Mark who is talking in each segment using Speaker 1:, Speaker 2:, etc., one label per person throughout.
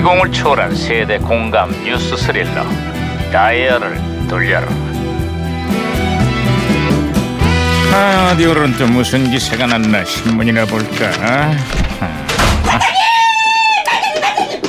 Speaker 1: 감동을 초월한 세대 공감 뉴스 스릴러 다이얼을 돌려라 아, 어디 오늘은 또 무슨 기사가 났나 신문이나 볼까 아, 아.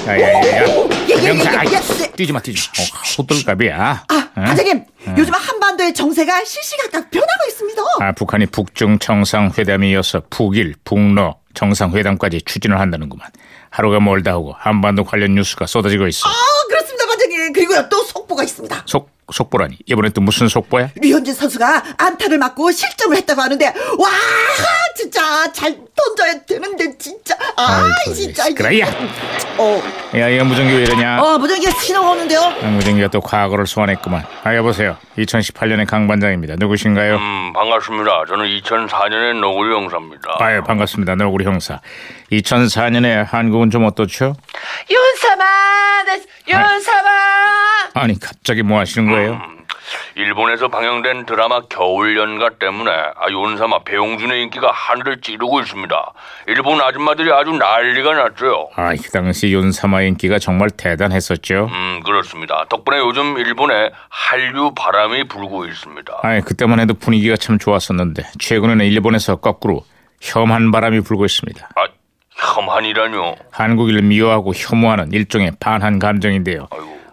Speaker 1: 야야야야
Speaker 2: 예, 예,
Speaker 1: 명사
Speaker 2: 예, 예,
Speaker 1: 아이,
Speaker 2: 예, 예.
Speaker 1: 뛰지마 뛰지마 어, 호들갑이야
Speaker 2: 아,
Speaker 1: 응?
Speaker 2: 반장님, 요즘 한반도의 정세가 실시각각 변하고 있습니다.
Speaker 1: 예. 아, 북한이 북중 정상회담이 이어서 북일, 북러 정상회담까지 추진을 한다는구만. 하루가 멀다 하고 한반도 관련 뉴스가 쏟아지고 있어.
Speaker 2: 아, 그렇습니다, 반장님. 그리고요, 또 속보가 있습니다.
Speaker 1: 속, 속보라니. 이번엔 또 무슨 속보야?
Speaker 2: 류현진 선수가 안타를 맞고 실점을 했다고 하는데, 와, 진짜 잘 던져야 되는데, 진짜. 아,
Speaker 1: 아이고,
Speaker 2: 진짜.
Speaker 1: 시끄러워. 야.
Speaker 2: 어,
Speaker 1: 야, 이거 무전기 왜 이러냐?
Speaker 2: 어, 부장님 신호가 오는데요.
Speaker 1: 아, 무전기가 또 과거를 소환했구만. 아, 여보세요. 2018년의 강반장입니다. 누구신가요?
Speaker 3: 음, 반갑습니다. 저는 2004년의 노구리 형사입니다.
Speaker 1: 아유, 반갑습니다. 너 우리 형사. 2004년에 한국은 좀 어떻죠?
Speaker 4: 윤사마, 나- 윤사마.
Speaker 1: 아니, 갑자기 뭐 하시는 거예요?
Speaker 3: 음. 일본에서 방영된 드라마 겨울연가 때문에 아, 윤사마 배용준의 인기가 하늘을 찌르고 있습니다. 일본 아줌마들이 아주 난리가 났죠.
Speaker 1: 아, 그 당시 윤사마의 인기가 정말 대단했었죠.
Speaker 3: 음, 그렇습니다. 덕분에 요즘 일본에 한류 바람이 불고 있습니다.
Speaker 1: 아니 그때만 해도 분위기가 참 좋았었는데 최근에는 일본에서 거꾸로 혐한 바람이 불고 있습니다.
Speaker 3: 아, 혐한이라뇨.
Speaker 1: 한국인을 미워하고 혐오하는 일종의 반한 감정인데요.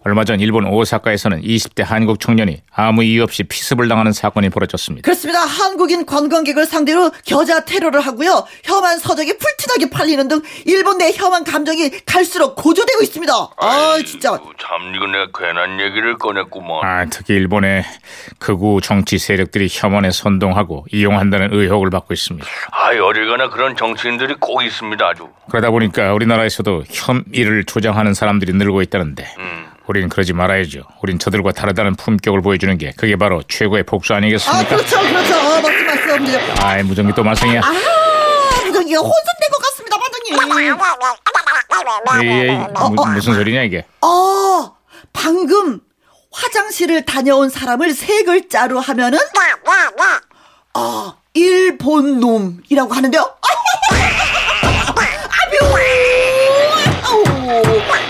Speaker 1: 얼마 전 일본 오사카에서는 20대 한국 청년이 아무 이유 없이 피습을 당하는 사건이 벌어졌습니다.
Speaker 2: 그렇습니다. 한국인 관광객을 상대로 겨자 테러를 하고요. 혐한 서적이 풀티나게 팔리는 등 일본 내 혐한 감정이 갈수록 고조되고 있습니다. 아, 진짜.
Speaker 3: 아이고, 참 이거 내가 괜한 얘기를 꺼냈구먼.
Speaker 1: 아, 특히 일본의 극우 정치 세력들이 혐한에 선동하고 이용한다는 의혹을 받고 있습니다.
Speaker 3: 아, 어딜가나 그런 정치인들이 꼭 있습니다, 아주.
Speaker 1: 그러다 보니까 우리나라에서도 혐의를 조장하는 사람들이 늘고 있다는데 우린 그러지 말아야죠. 우린 저들과 다르다는 품격을 보여주는 게 그게 바로 최고의 복수
Speaker 2: 아,
Speaker 1: 아니겠습니까?
Speaker 2: 그렇죠, 그렇죠. 아, 맞지, 맞지, 언니.
Speaker 1: 아이 무전기 또 마성이야.
Speaker 2: 아, 무전기가 혼선된 것 같습니다, 반장님. 아,
Speaker 1: 이게 무, 무슨 소리냐 이게?
Speaker 2: 어, 방금 화장실을 다녀온 사람을 세 글자로 하면은, 어, 일본 놈이라고 하는데요. 아, 미워. 아우.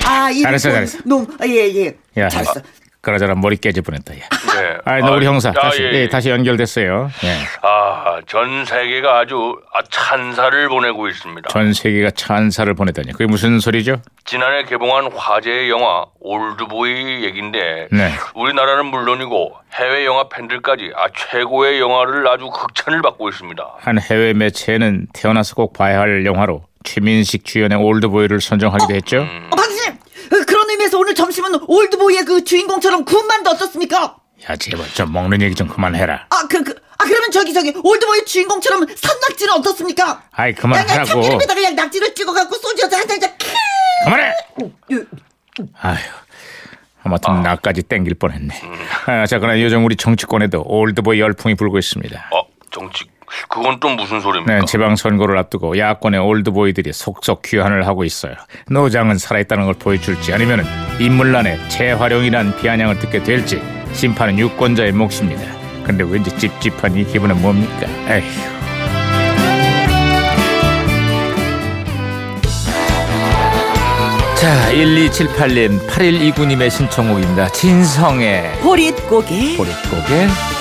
Speaker 2: 아, 일본
Speaker 1: 잘했어, 잘했어.
Speaker 2: 놈. 아, 예, 예.
Speaker 1: 야,
Speaker 2: 잘했어.
Speaker 1: 그러자라 머리 깨질 뻔했다. 야.
Speaker 3: 네.
Speaker 1: 아이 너 우리 형사
Speaker 3: 아,
Speaker 1: 다시
Speaker 3: 예,
Speaker 1: 예,
Speaker 3: 예.
Speaker 1: 다시 연결됐어요. 예.
Speaker 3: 아, 전 세계가 아주 아, 찬사를 보내고 있습니다.
Speaker 1: 전 세계가 찬사를 보내다니 그게 무슨 소리죠?
Speaker 3: 지난해 개봉한 화제의 영화 올드보이 얘긴데
Speaker 1: 네.
Speaker 3: 우리나라는 물론이고 해외 영화 팬들까지 아, 최고의 영화를 아주 극찬을 받고 있습니다. 어,
Speaker 1: 한 해외 매체는 태어나서 꼭 봐야 할 영화로 최민식 주연의 올드보이를 선정하기도 했죠.
Speaker 3: 음.
Speaker 2: 어, 박사님! 어, 그런 의미에서 오늘 점심은 올드보이의 그 주인공처럼 군만두 어떻습니까?
Speaker 1: 야 제발 좀 먹는 얘기 좀 그만해라.
Speaker 2: 아, 그, 그, 아, 그러면 저기, 저기, 올드보이 주인공처럼 산낙지는 어떻습니까?
Speaker 1: 아이, 그만하라고.
Speaker 2: 그냥 참기름에다 그냥 낙지를 찍어갖고 소주여서 한 잔, 캬!
Speaker 1: 그만해. 아휴. 아무튼 나까지 땡길 뻔했네.
Speaker 3: 음.
Speaker 1: 아, 자, 그러나 요즘 우리 정치권에도 올드보이 열풍이 불고 있습니다.
Speaker 3: 어, 정치 그건 또 무슨 소리입니까?
Speaker 1: 네, 지방선거를 앞두고 야권의 올드보이들이 속속 귀환을 하고 있어요. 노장은 살아있다는 걸 보여줄지 아니면 인물란의 재활용이란 비아냥을 듣게 될지 심판은 유권자의 몫입니다. 근데 왠지 찝찝한 이 기분은 뭡니까? 에휴. 자, 1278님, 8129님의 신청곡입니다. 진성의
Speaker 2: 보릿고개.
Speaker 1: 보릿고개